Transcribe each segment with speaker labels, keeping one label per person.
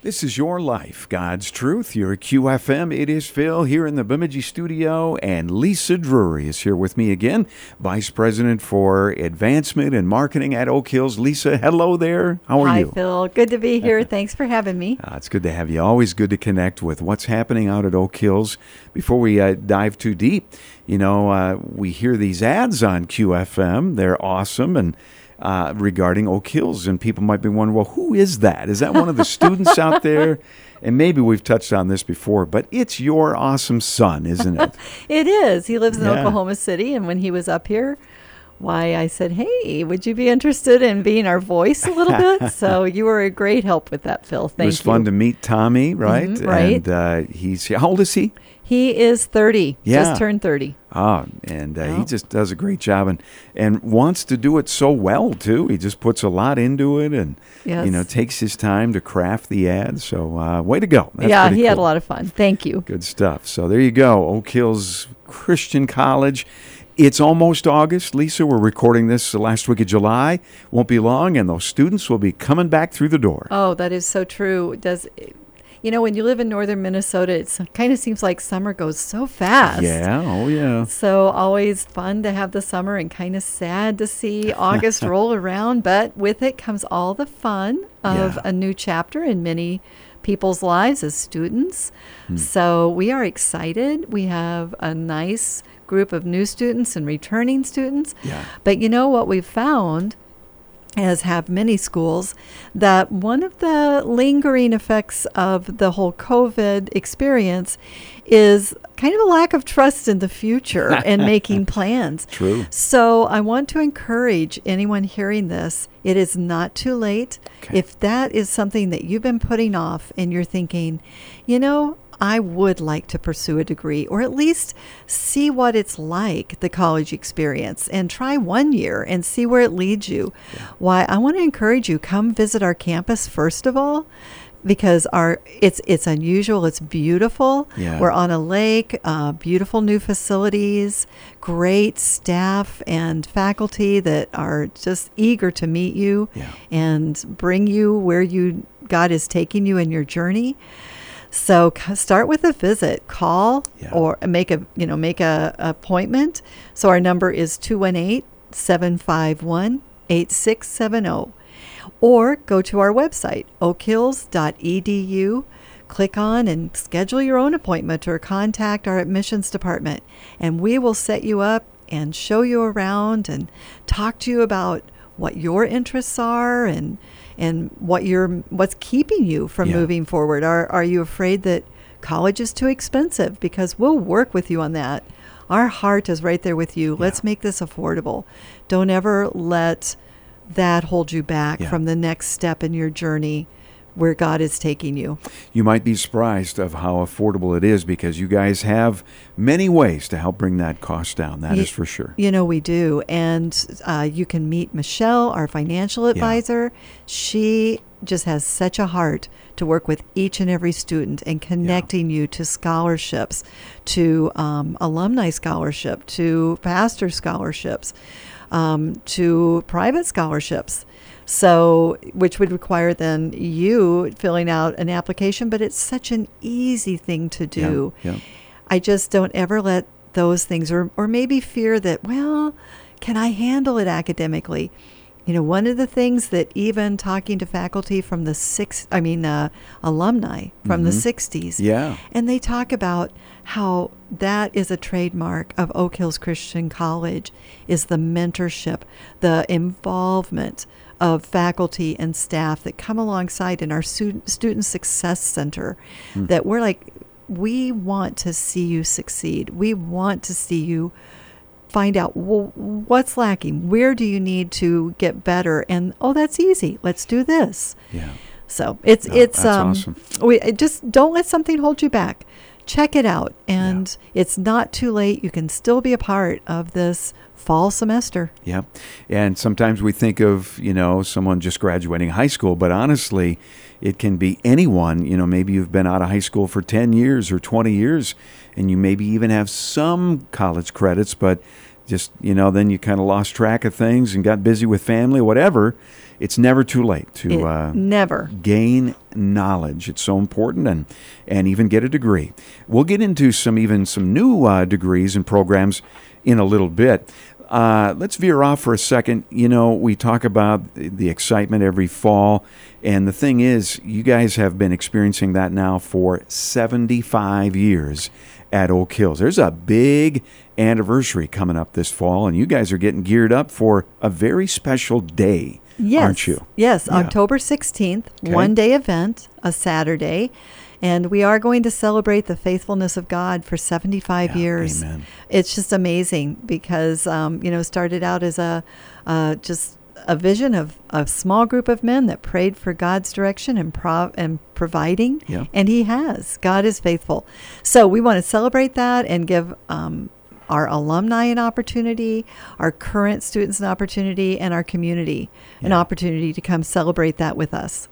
Speaker 1: This is your life, God's truth. Your QFM. It is Phil here in the Bemidji studio, and Lisa Drury is here with me again, Vice President for Advancement and Marketing at Oak Hills. Lisa, hello there. How are
Speaker 2: Hi,
Speaker 1: you?
Speaker 2: Phil. Good to be here. Thanks for having me.
Speaker 1: Uh, it's good to have you. Always good to connect with what's happening out at Oak Hills. Before we uh, dive too deep, you know, uh, we hear these ads on QFM. They're awesome and uh, regarding Oak Hills, and people might be wondering, well, who is that? Is that one of the students out there? And maybe we've touched on this before, but it's your awesome son, isn't it?
Speaker 2: It is. He lives in
Speaker 1: Yeah.
Speaker 2: Oklahoma City, and when he was up here, why I said, "Hey, would you be interested in being our voice a little bit?" so you were a great help with that, Phil.
Speaker 1: it
Speaker 2: Thank
Speaker 1: was
Speaker 2: you.
Speaker 1: fun to meet Tommy, right?
Speaker 2: Mhm, right.
Speaker 1: And uh, he's how old is he?
Speaker 2: He is 30.
Speaker 1: Yeah.
Speaker 2: Just turned 30.
Speaker 1: Ah, and uh, he
Speaker 2: Wow.
Speaker 1: just does a great job and and wants to do it so well too. He just puts a lot into it and you
Speaker 2: Yes.
Speaker 1: know takes his time to craft the ad. So uh, way to go! That's
Speaker 2: yeah, he
Speaker 1: pretty
Speaker 2: had a
Speaker 1: cool.
Speaker 2: lot of fun. Thank you.
Speaker 1: Good stuff. So there you go, Oak Hills Christian College. It's almost August, Lisa. We're recording this the last week of July. Won't be long, and those students will be coming back through the door.
Speaker 2: Oh, that is so true. It Does you know when you live in northern Minnesota, it kind of seems like summer goes so fast.
Speaker 1: Yeah, oh yeah.
Speaker 2: So always fun to have the summer and kind of sad to see August roll around, but with it comes all the fun of
Speaker 1: Yeah.
Speaker 2: a new chapter in many people's lives as students.
Speaker 1: Hmm.
Speaker 2: So we are excited. We have a nice group of new students and returning students.
Speaker 1: Yeah.
Speaker 2: But you know what we've found as have many schools, that one of the lingering effects of the whole COVID experience is kind of a lack of trust in the future and making plans.
Speaker 1: True.
Speaker 2: So I want to encourage anyone hearing this it is not too late.
Speaker 1: Okay.
Speaker 2: If that is something that you've been putting off and you're thinking, you know, I would like to pursue a degree or at least see what it's like, the college experience, and try one year and see where it leads you. Why I want to encourage you come visit our campus first of all because our it's it's unusual, it's beautiful.
Speaker 1: Yeah.
Speaker 2: We're on a lake, uh, beautiful new facilities, great staff and faculty that are just eager to meet you
Speaker 1: Yeah.
Speaker 2: and bring you where you God is taking you in your journey. So c- start with a visit, call
Speaker 1: Yeah.
Speaker 2: or make a you know make a appointment. So our number is 218-751-8670 oh. or go to our website oakhills.edu E click on and schedule your own appointment or contact our admissions department and we will set you up and show you around and talk to you about what your interests are and and what your what's keeping you from
Speaker 1: Yeah.
Speaker 2: moving forward are are you afraid that college is too expensive because we'll work with you on that our heart is right there with you let's make this affordable don't ever let that hold you back
Speaker 1: Yeah.
Speaker 2: from the next step in your journey where God is taking you.
Speaker 1: you might be surprised of how affordable it is because you guys have many ways to help bring that cost down. That is
Speaker 2: Ye-
Speaker 1: for sure.
Speaker 2: You know, we do. And uh, you can meet Michelle, our financial advisor. She just has such a heart to work with each and every student and connecting you to scholarships, to um, alumni scholarship, to pastor scholarships, um, to private scholarships. So, which would require then you filling out an application, but it's such an easy thing to
Speaker 1: Yeah,
Speaker 2: do.
Speaker 1: yeah.
Speaker 2: I just don't ever let those things, or, or maybe fear that, well, can I handle it academically? You know, one of the things that even talking to faculty from the six, I mean, uh, alumni from the 60s,
Speaker 1: Yeah.
Speaker 2: and they talk about how that is a trademark of Oak Hills Christian College is the mentorship, the involvement of faculty and staff that come alongside in our student, student success center that we're like we want to see you succeed. We want to see you find out well, what's lacking. Where do you need to get better? And oh, that's easy. Let's do this.
Speaker 1: Yeah.
Speaker 2: So it's
Speaker 1: No,
Speaker 2: it's
Speaker 1: that's
Speaker 2: um
Speaker 1: awesome.
Speaker 2: we it just don't let something hold you back. Check it out and it's not too late. You can still be a part of this fall semester.
Speaker 1: Yeah. And sometimes we think of, you know, someone just graduating high school, but honestly, it can be anyone. You know, maybe you've been out of high school for 10 years or 20 years, and you maybe even have some college credits, but just you know then you kind of lost track of things and got busy with family whatever it's never too late to
Speaker 2: It-
Speaker 1: uh,
Speaker 2: never.
Speaker 1: gain knowledge it's so important and and even get a degree we'll get into some even some new uh, degrees and programs in a little bit uh, let's veer off for a second you know we talk about the excitement every fall and the thing is you guys have been experiencing that now for 75 years at Oak Hills. There's a big anniversary coming up this fall, and you guys are getting geared up for a very special day,
Speaker 2: Yes.
Speaker 1: aren't you?
Speaker 2: Yes,
Speaker 1: Yeah.
Speaker 2: October 16th,
Speaker 1: Okay.
Speaker 2: one day event, a Saturday. And we are going to celebrate the faithfulness of God for 75
Speaker 1: Yeah,
Speaker 2: years.
Speaker 1: amen.
Speaker 2: It's just amazing because, um, you know, started out as a uh, just a vision of a small group of men that prayed for God's direction and, prov- and providing.
Speaker 1: Yeah.
Speaker 2: And He has. God is faithful. So we want to celebrate that and give um, our alumni an opportunity, our current students an opportunity, and our community an
Speaker 1: Yeah.
Speaker 2: opportunity to come celebrate that with us.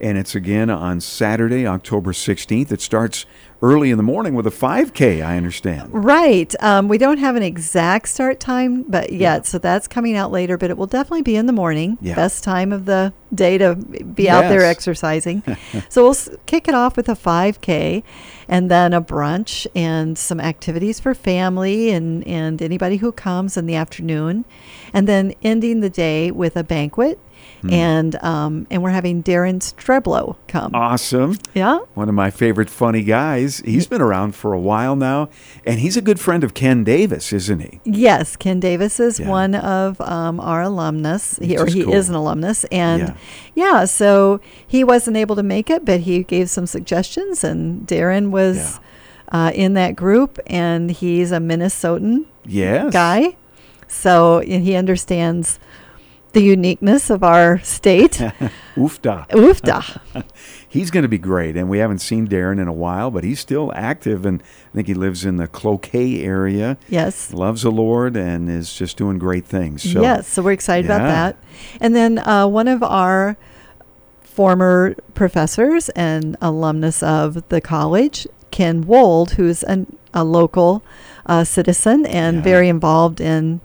Speaker 1: And it's again on Saturday, October 16th. It starts early in the morning with a 5K, I understand.
Speaker 2: Right. Um, we don't have an exact start time, but yet, so that's coming out later. But it will definitely be in the morning.
Speaker 1: Yeah.
Speaker 2: Best time of the day to be out there
Speaker 1: Yes.
Speaker 2: exercising. so we'll s- kick it off with a 5K, and then a brunch and some activities for family and and anybody who comes in the afternoon, and then ending the day with a banquet.
Speaker 1: Hmm.
Speaker 2: And um, and we're having Darren Streblo come.
Speaker 1: Awesome.
Speaker 2: yeah.
Speaker 1: One of my favorite funny guys. He's been around for a while now, and he's a good friend of Ken Davis, isn't he?
Speaker 2: Yes, Ken Davis is
Speaker 1: Yeah.
Speaker 2: one of um, our alumnus, he,
Speaker 1: Which
Speaker 2: or
Speaker 1: is
Speaker 2: he
Speaker 1: cool.
Speaker 2: is an alumnus, and yeah. so he wasn't able to make it, but he gave some suggestions, and Darren was uh, in that group, and he's a Minnesotan
Speaker 1: Yes.
Speaker 2: guy, so and he understands the uniqueness of our state.
Speaker 1: Oofda.
Speaker 2: Oofda.
Speaker 1: He's going to be great, and we haven't seen Darren in a while, but he's still active, and I think he lives in the Cloquet area.
Speaker 2: Yes.
Speaker 1: Loves the Lord and is just doing great things. So,
Speaker 2: yes, so we're excited about
Speaker 1: Yeah.
Speaker 2: that. And then uh, one of our former professors and alumnus of the college, Ken Wold, who's an, a local uh, citizen and
Speaker 1: Yeah.
Speaker 2: very involved in,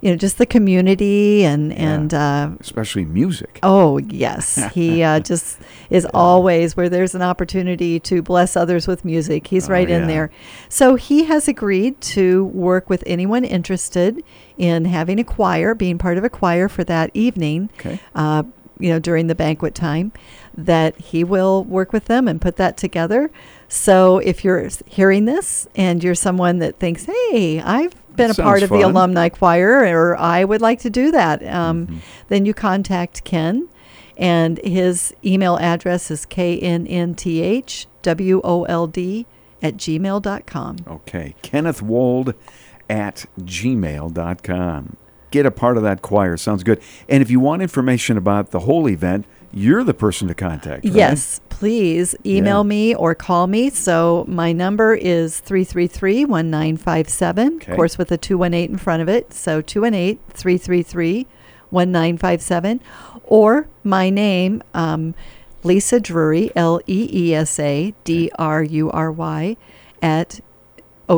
Speaker 2: you know, just the community and
Speaker 1: Yeah.
Speaker 2: and uh,
Speaker 1: especially music.
Speaker 2: Oh, yes. He uh, just is always where there's an opportunity to bless others with music. He's
Speaker 1: Oh,
Speaker 2: right
Speaker 1: yeah.
Speaker 2: in there. So he has agreed to work with anyone interested in having a choir, being part of a choir for that evening,
Speaker 1: Okay.
Speaker 2: uh, you know, during the banquet time, that he will work with them and put that together. So if you're s- hearing this and you're someone that thinks, hey, I've been a
Speaker 1: Sounds
Speaker 2: part of the
Speaker 1: fun.
Speaker 2: alumni alumni choir or I would like to do that, um, then you contact Ken. And his email address is knnthwold at gmail.com.
Speaker 1: Okay. Kenneth Wold at gmail.com. Get a part of that choir. Sounds good. And if you want information about the whole event, you're the person to contact. Right?
Speaker 2: Yes, please email
Speaker 1: Yeah.
Speaker 2: me or call me. So my number is 333 1957,
Speaker 1: Okay.
Speaker 2: of course, with a 218 in front of it. So 218 333 1957. Or my name, um, Lisa Drury, L E E S A D R U R Y, at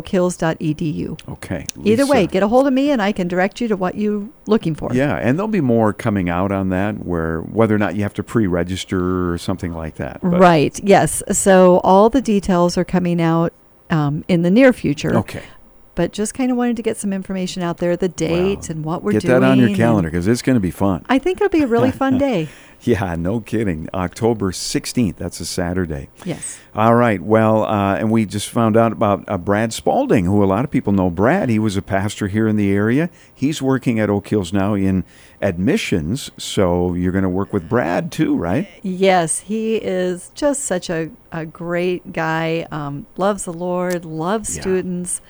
Speaker 2: oakhills.edu.
Speaker 1: Okay.
Speaker 2: Either way,
Speaker 1: Lisa.
Speaker 2: get a hold of me and I can direct you to what you're looking for.
Speaker 1: Yeah, and there'll be more coming out on that, where whether or not you have to pre-register or something like that. but-
Speaker 2: Right. Yes. So all the details are coming out um, in the near future.
Speaker 1: Okay.
Speaker 2: But just kind of wanted to get some information out there, the dates and what we're
Speaker 1: Get
Speaker 2: doing.
Speaker 1: that on your
Speaker 2: and-
Speaker 1: calendar because it's going to be fun.
Speaker 2: I think it'll be a really fun day.
Speaker 1: Yeah, no kidding. October 16th, that's a Saturday.
Speaker 2: Yes.
Speaker 1: All right. Well, uh, and we just found out about uh, Brad Spalding, who a lot of people know. Brad, he was a pastor here in the area. He's working at Oak Hills now in admissions. So you're going to work with Brad too, right?
Speaker 2: Yes. He is just such a, a great guy. Um, loves the Lord, loves
Speaker 1: Yeah.
Speaker 2: students,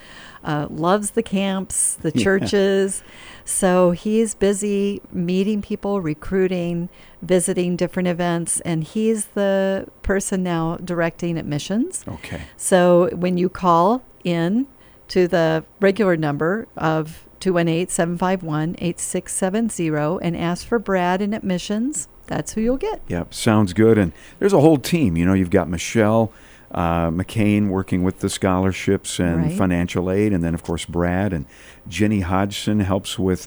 Speaker 2: uh, loves the camps, the
Speaker 1: Yeah.
Speaker 2: churches. So he's busy meeting people, recruiting, visiting different events. And he's the person now directing admissions.
Speaker 1: Okay.
Speaker 2: So when you call in to the regular number of 218 751 8670 and ask for Brad in admissions, that's who you'll get.
Speaker 1: Yep. Sounds good. And there's a whole team. You know, you've got Michelle. uh, McCain working with the scholarships and
Speaker 2: Right.
Speaker 1: financial aid, and then of course Brad and Jenny Hodgson helps with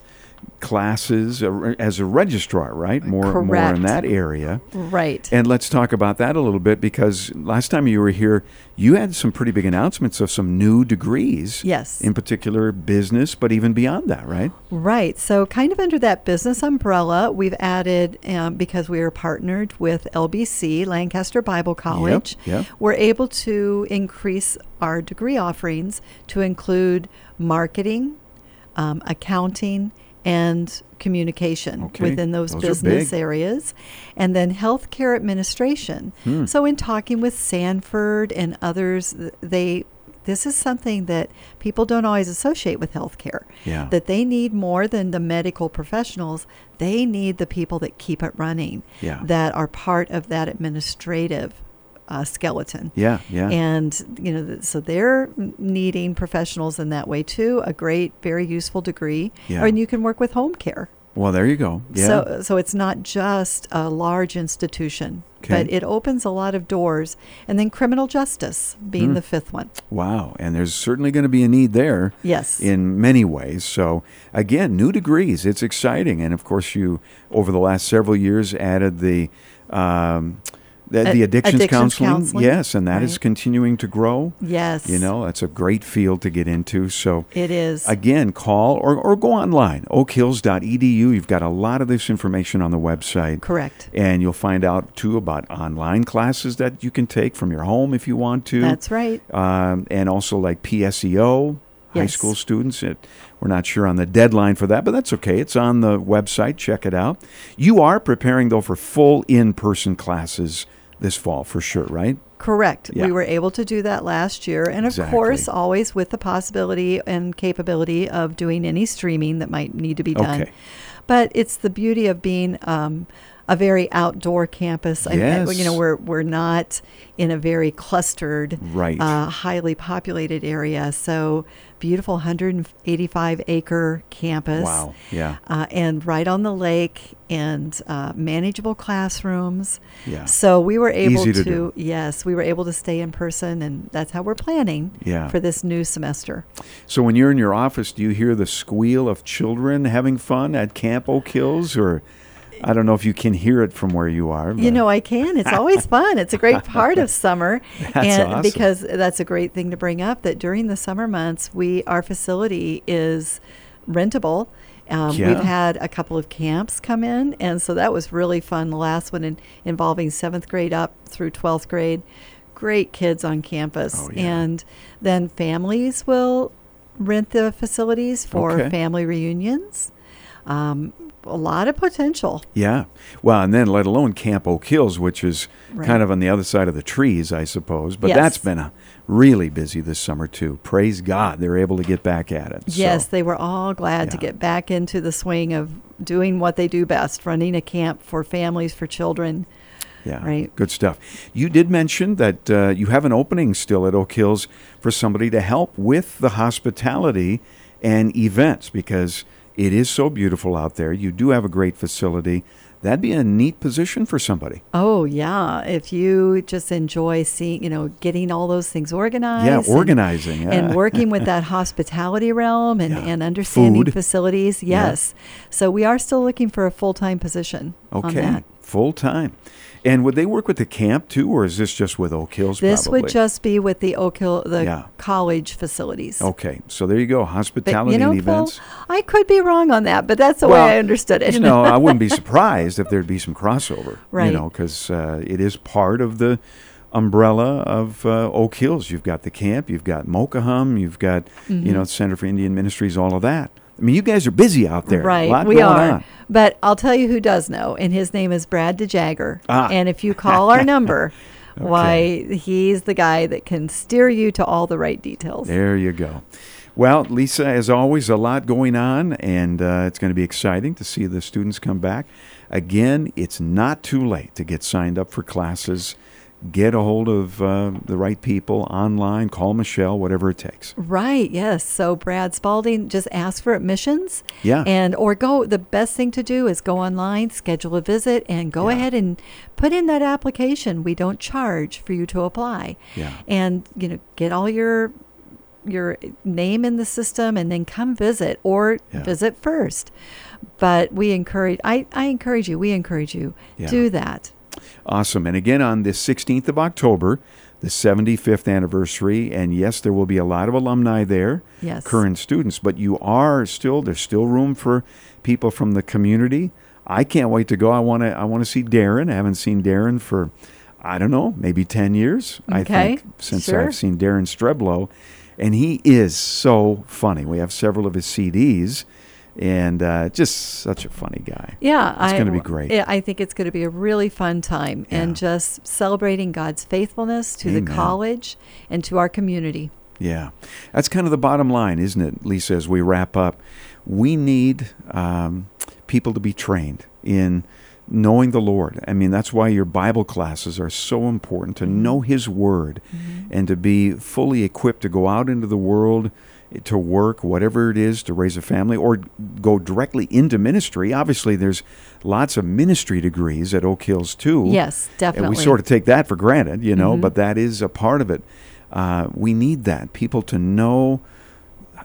Speaker 1: classes uh, as a registrar, right? More more
Speaker 2: Correct.
Speaker 1: in that area.
Speaker 2: Right.
Speaker 1: And let's talk about that a little bit because last time you were here, you had some pretty big announcements of some new degrees.
Speaker 2: Yes.
Speaker 1: In particular, business, but even beyond that, right?
Speaker 2: Right. So, kind of under that business umbrella, we've added um, because we are partnered with LBC, Lancaster Bible College,
Speaker 1: yep.
Speaker 2: we're able to increase our degree offerings to include marketing, um, accounting, and communication
Speaker 1: Okay.
Speaker 2: within those,
Speaker 1: Those are
Speaker 2: business
Speaker 1: big.
Speaker 2: areas, and then healthcare administration.
Speaker 1: Hmm.
Speaker 2: So, in talking with Sanford and others, th- they this is something that people don't always associate with healthcare
Speaker 1: Yeah.
Speaker 2: that they need more than the medical professionals. They need the people that keep it running,
Speaker 1: Yeah.
Speaker 2: that are part of that administrative uh, skeleton.
Speaker 1: Yeah, yeah.
Speaker 2: And, you know, th- so they're needing professionals in that way too. A great, very useful degree.
Speaker 1: Yeah.
Speaker 2: And you can work with home care.
Speaker 1: well, there you go. Yeah.
Speaker 2: So, so it's not just a large institution, but
Speaker 1: Okay.
Speaker 2: it opens a lot of doors. And then criminal justice
Speaker 1: Hmm.
Speaker 2: being the fifth one.
Speaker 1: wow. And there's certainly going to be a need there.
Speaker 2: Yes.
Speaker 1: in many ways. So again, new degrees. It's exciting, and of course, you over the last several years added the um, the,
Speaker 2: A-
Speaker 1: the addictions,
Speaker 2: addictions
Speaker 1: counseling.
Speaker 2: counseling.
Speaker 1: Yes, and that is
Speaker 2: Right.
Speaker 1: continuing to grow.
Speaker 2: yes.
Speaker 1: You know, that's a great field to get into. So
Speaker 2: it is.
Speaker 1: Again, call or, or go online, oakhills.edu. You've got a lot of this information on the website.
Speaker 2: Correct.
Speaker 1: And you'll find out, too, about online classes that you can take from your home if you want to.
Speaker 2: That's right.
Speaker 1: Um, and also, like PSEO, high
Speaker 2: Yes.
Speaker 1: school students. It, we're not sure on the deadline for that, but that's okay. It's on the website. Check it out. You are preparing, though, for full in person classes this fall for sure, right?
Speaker 2: Correct.
Speaker 1: Yeah.
Speaker 2: We were able to do that last year. And of
Speaker 1: Exactly.
Speaker 2: course, always with the possibility and capability of doing any streaming that might need to be done.
Speaker 1: Okay.
Speaker 2: But it's the beauty of being um, a very outdoor campus. I- I-
Speaker 1: Yes.
Speaker 2: you know, we're, we're not in a very clustered,
Speaker 1: Right.
Speaker 2: uh, highly populated area. So beautiful 185 acre campus
Speaker 1: Wow. Yeah.
Speaker 2: uh, and right on the lake and uh, manageable classrooms.
Speaker 1: Yeah.
Speaker 2: So we were able
Speaker 1: Easy to
Speaker 2: to,
Speaker 1: do.
Speaker 2: yes, we were able to stay in person, and that's how we're planning
Speaker 1: Yeah.
Speaker 2: for this new semester.
Speaker 1: So when you're in your office, do you hear the squeal of children having fun at Camp Oak Hills, or I don't know if you can hear it from where you are.
Speaker 2: You know, I can. It's always fun. It's a great part of summer,
Speaker 1: That's
Speaker 2: and
Speaker 1: awesome.
Speaker 2: because that's a great thing to bring up that during the summer months, we our facility is rentable. Um, We've
Speaker 1: Yeah.
Speaker 2: had a couple of camps come in, and so that was really fun. The last one in, involving seventh grade up through twelfth grade, great kids on campus,
Speaker 1: Oh, yeah.
Speaker 2: and then families will rent the facilities for
Speaker 1: Okay.
Speaker 2: family reunions. Um, a lot of potential.
Speaker 1: yeah. Well, and then let alone Camp Oak Hills, which is
Speaker 2: Right.
Speaker 1: kind of on the other side of the trees, I suppose. But
Speaker 2: Yes.
Speaker 1: that's been uh, really busy this summer too. Praise God, they're able to get back at it. So,
Speaker 2: Yes, they were all glad to
Speaker 1: Yeah.
Speaker 2: get back into the swing of doing what they do best, running a camp for families, for children.
Speaker 1: yeah.
Speaker 2: right.
Speaker 1: Good stuff. You did mention that uh, you have an opening still at Oak Hills for somebody to help with the hospitality and events because it is so beautiful out there. You do have a great facility. That'd be a neat position for somebody.
Speaker 2: Oh, yeah. If you just enjoy seeing, you know, getting all those things organized. and-
Speaker 1: organizing, yeah.
Speaker 2: And working with that hospitality realm and,
Speaker 1: Yeah.
Speaker 2: and understanding
Speaker 1: Food.
Speaker 2: facilities.
Speaker 1: Yeah.
Speaker 2: Yes. So we are still looking for a full time position on
Speaker 1: Okay,
Speaker 2: that.
Speaker 1: full time. And would they work with the camp too, or is this just with Oak Hills?
Speaker 2: This
Speaker 1: probably?
Speaker 2: would just be with the Oak Hill, the
Speaker 1: Yeah.
Speaker 2: college facilities.
Speaker 1: Okay, so there you go.
Speaker 2: But
Speaker 1: Hospitality
Speaker 2: you know,
Speaker 1: and events.
Speaker 2: Paul, I could be wrong on that, but that's the way I understood it.
Speaker 1: you know, I wouldn't be surprised if there'd be some crossover. You
Speaker 2: Right.
Speaker 1: know, because uh, it is part of the umbrella of uh, Oak Hills. You've got the camp, you've got Mokahum, you've got
Speaker 2: Mm-hmm.
Speaker 1: you know Center for Indian Ministries, all of that. I mean, you guys are busy out there.
Speaker 2: Right,
Speaker 1: a lot
Speaker 2: we
Speaker 1: going
Speaker 2: are.
Speaker 1: on.
Speaker 2: But I'll tell you who does know, and his name is Brad DeJagger.
Speaker 1: Ah.
Speaker 2: And if you call our number, why he's the guy that can steer you to all the right details.
Speaker 1: There you go. Well, Lisa, as always, a lot going on, and uh, it's going to be exciting to see the students come back. Again, it's not too late to get signed up for classes. get a hold of uh, the right people online, call Michelle, whatever it takes.
Speaker 2: Right, yes. So Brad Spalding, just ask for admissions.
Speaker 1: Yeah.
Speaker 2: And or go the best thing to do is go online, schedule a visit and go
Speaker 1: Yeah.
Speaker 2: ahead and put in that application. We don't charge for you to apply.
Speaker 1: Yeah.
Speaker 2: And you know, get all your your name in the system and then come visit or
Speaker 1: Yeah.
Speaker 2: visit first. But we encourage I, I encourage you, we encourage you
Speaker 1: Yeah.
Speaker 2: do that.
Speaker 1: Awesome. And again, on the 16th of October, the 75th anniversary, and yes, there will be a lot of alumni there,
Speaker 2: Yes.
Speaker 1: current students, but you are still, there's still room for people from the community. I can't wait to go. I want to, I want to see Darren. I haven't seen Darren for, I don't know, maybe 10 years, I
Speaker 2: Okay.
Speaker 1: think, since
Speaker 2: Sure.
Speaker 1: I've seen Darren Streblo. And he is so funny. We have several of his CDs, and uh, just such a funny guy.
Speaker 2: Yeah,
Speaker 1: It's
Speaker 2: I-
Speaker 1: gonna be great.
Speaker 2: I I think it's going to be a really fun time
Speaker 1: Yeah.
Speaker 2: and just celebrating God's faithfulness to
Speaker 1: Amen.
Speaker 2: the college and to our community.
Speaker 1: Yeah. That's kind of the bottom line, isn't it, Lisa, as we wrap up? We need um, people to be trained in knowing the Lord. I mean, that's why your Bible classes are so important to know His Word and to be fully equipped to go out into the world eh, to work, whatever it is, to raise a family, or go directly into ministry. Obviously, there's lots of ministry degrees at Oak Hills, too.
Speaker 2: Yes,
Speaker 1: And
Speaker 2: definitely. Mm-hmm.
Speaker 1: we sort of take that for granted, you know, but that is a part of it. Uh, we need that people to know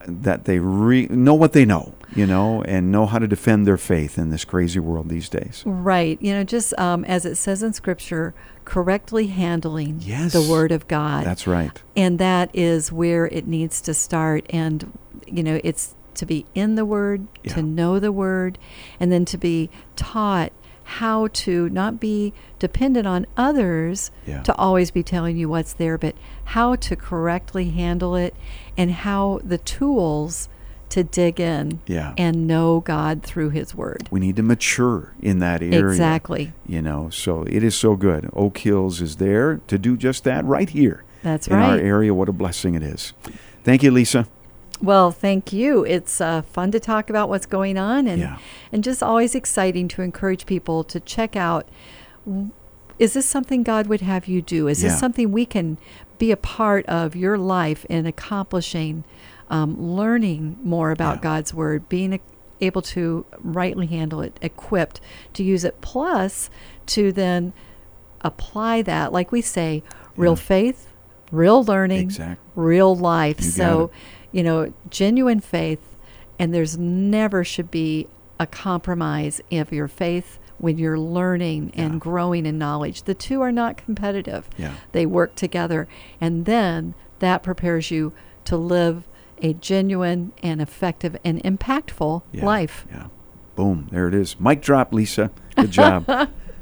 Speaker 1: that they re- know what they know, you know, and know how to defend their faith in this crazy world these days.
Speaker 2: Right. You know, just um, as it says in Scripture, correctly handling
Speaker 1: Yes.
Speaker 2: the Word of God.
Speaker 1: That's right.
Speaker 2: and that is where it needs to start. And, you know, it's to be in the Word,
Speaker 1: Yeah.
Speaker 2: to know the Word, and then to be taught how to not be dependent on others
Speaker 1: Yeah.
Speaker 2: to always be telling you what's there, but how to correctly handle it and how the tools to dig in
Speaker 1: Yeah.
Speaker 2: and know God through His Word.
Speaker 1: We need to mature in that area.
Speaker 2: Exactly.
Speaker 1: You know, so it is so good. Oak Hills is there to do just that right here.
Speaker 2: That's
Speaker 1: in our
Speaker 2: right.
Speaker 1: area. What a blessing it is. Thank you, Lisa.
Speaker 2: Well, thank you. It's uh, fun to talk about what's going on and
Speaker 1: Yeah.
Speaker 2: and just always exciting to encourage people to check out w- is this something God would have you do? Is
Speaker 1: Yeah.
Speaker 2: this something we can be a part of your life in accomplishing, um, learning more about
Speaker 1: Yeah.
Speaker 2: God's Word, being a, able to rightly handle it, equipped to use it, plus to then apply that, like we say, real
Speaker 1: Yeah.
Speaker 2: faith, real learning,
Speaker 1: Exact-
Speaker 2: real life.
Speaker 1: You got it.
Speaker 2: so, you know, genuine faith, and there's never should be a compromise of your faith when you're learning
Speaker 1: Yeah.
Speaker 2: and growing in knowledge. The two are not competitive,
Speaker 1: Yeah.
Speaker 2: they work together. And then that prepares you to live a genuine and effective and impactful
Speaker 1: Yeah,
Speaker 2: life.
Speaker 1: Yeah. Boom. There it is. Mic drop, Lisa. Good job.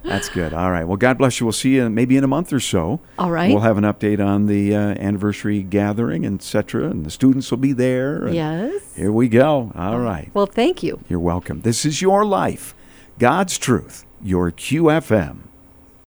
Speaker 1: That's good. All right. Well, God bless you. We'll see you maybe in a month or so.
Speaker 2: All right.
Speaker 1: We'll have an update on the uh, anniversary gathering, et cetera, and the students will be there. and
Speaker 2: Yes.
Speaker 1: Here we go. All right.
Speaker 2: Well, thank you.
Speaker 1: You're welcome. This is your life, God's truth, your QFM.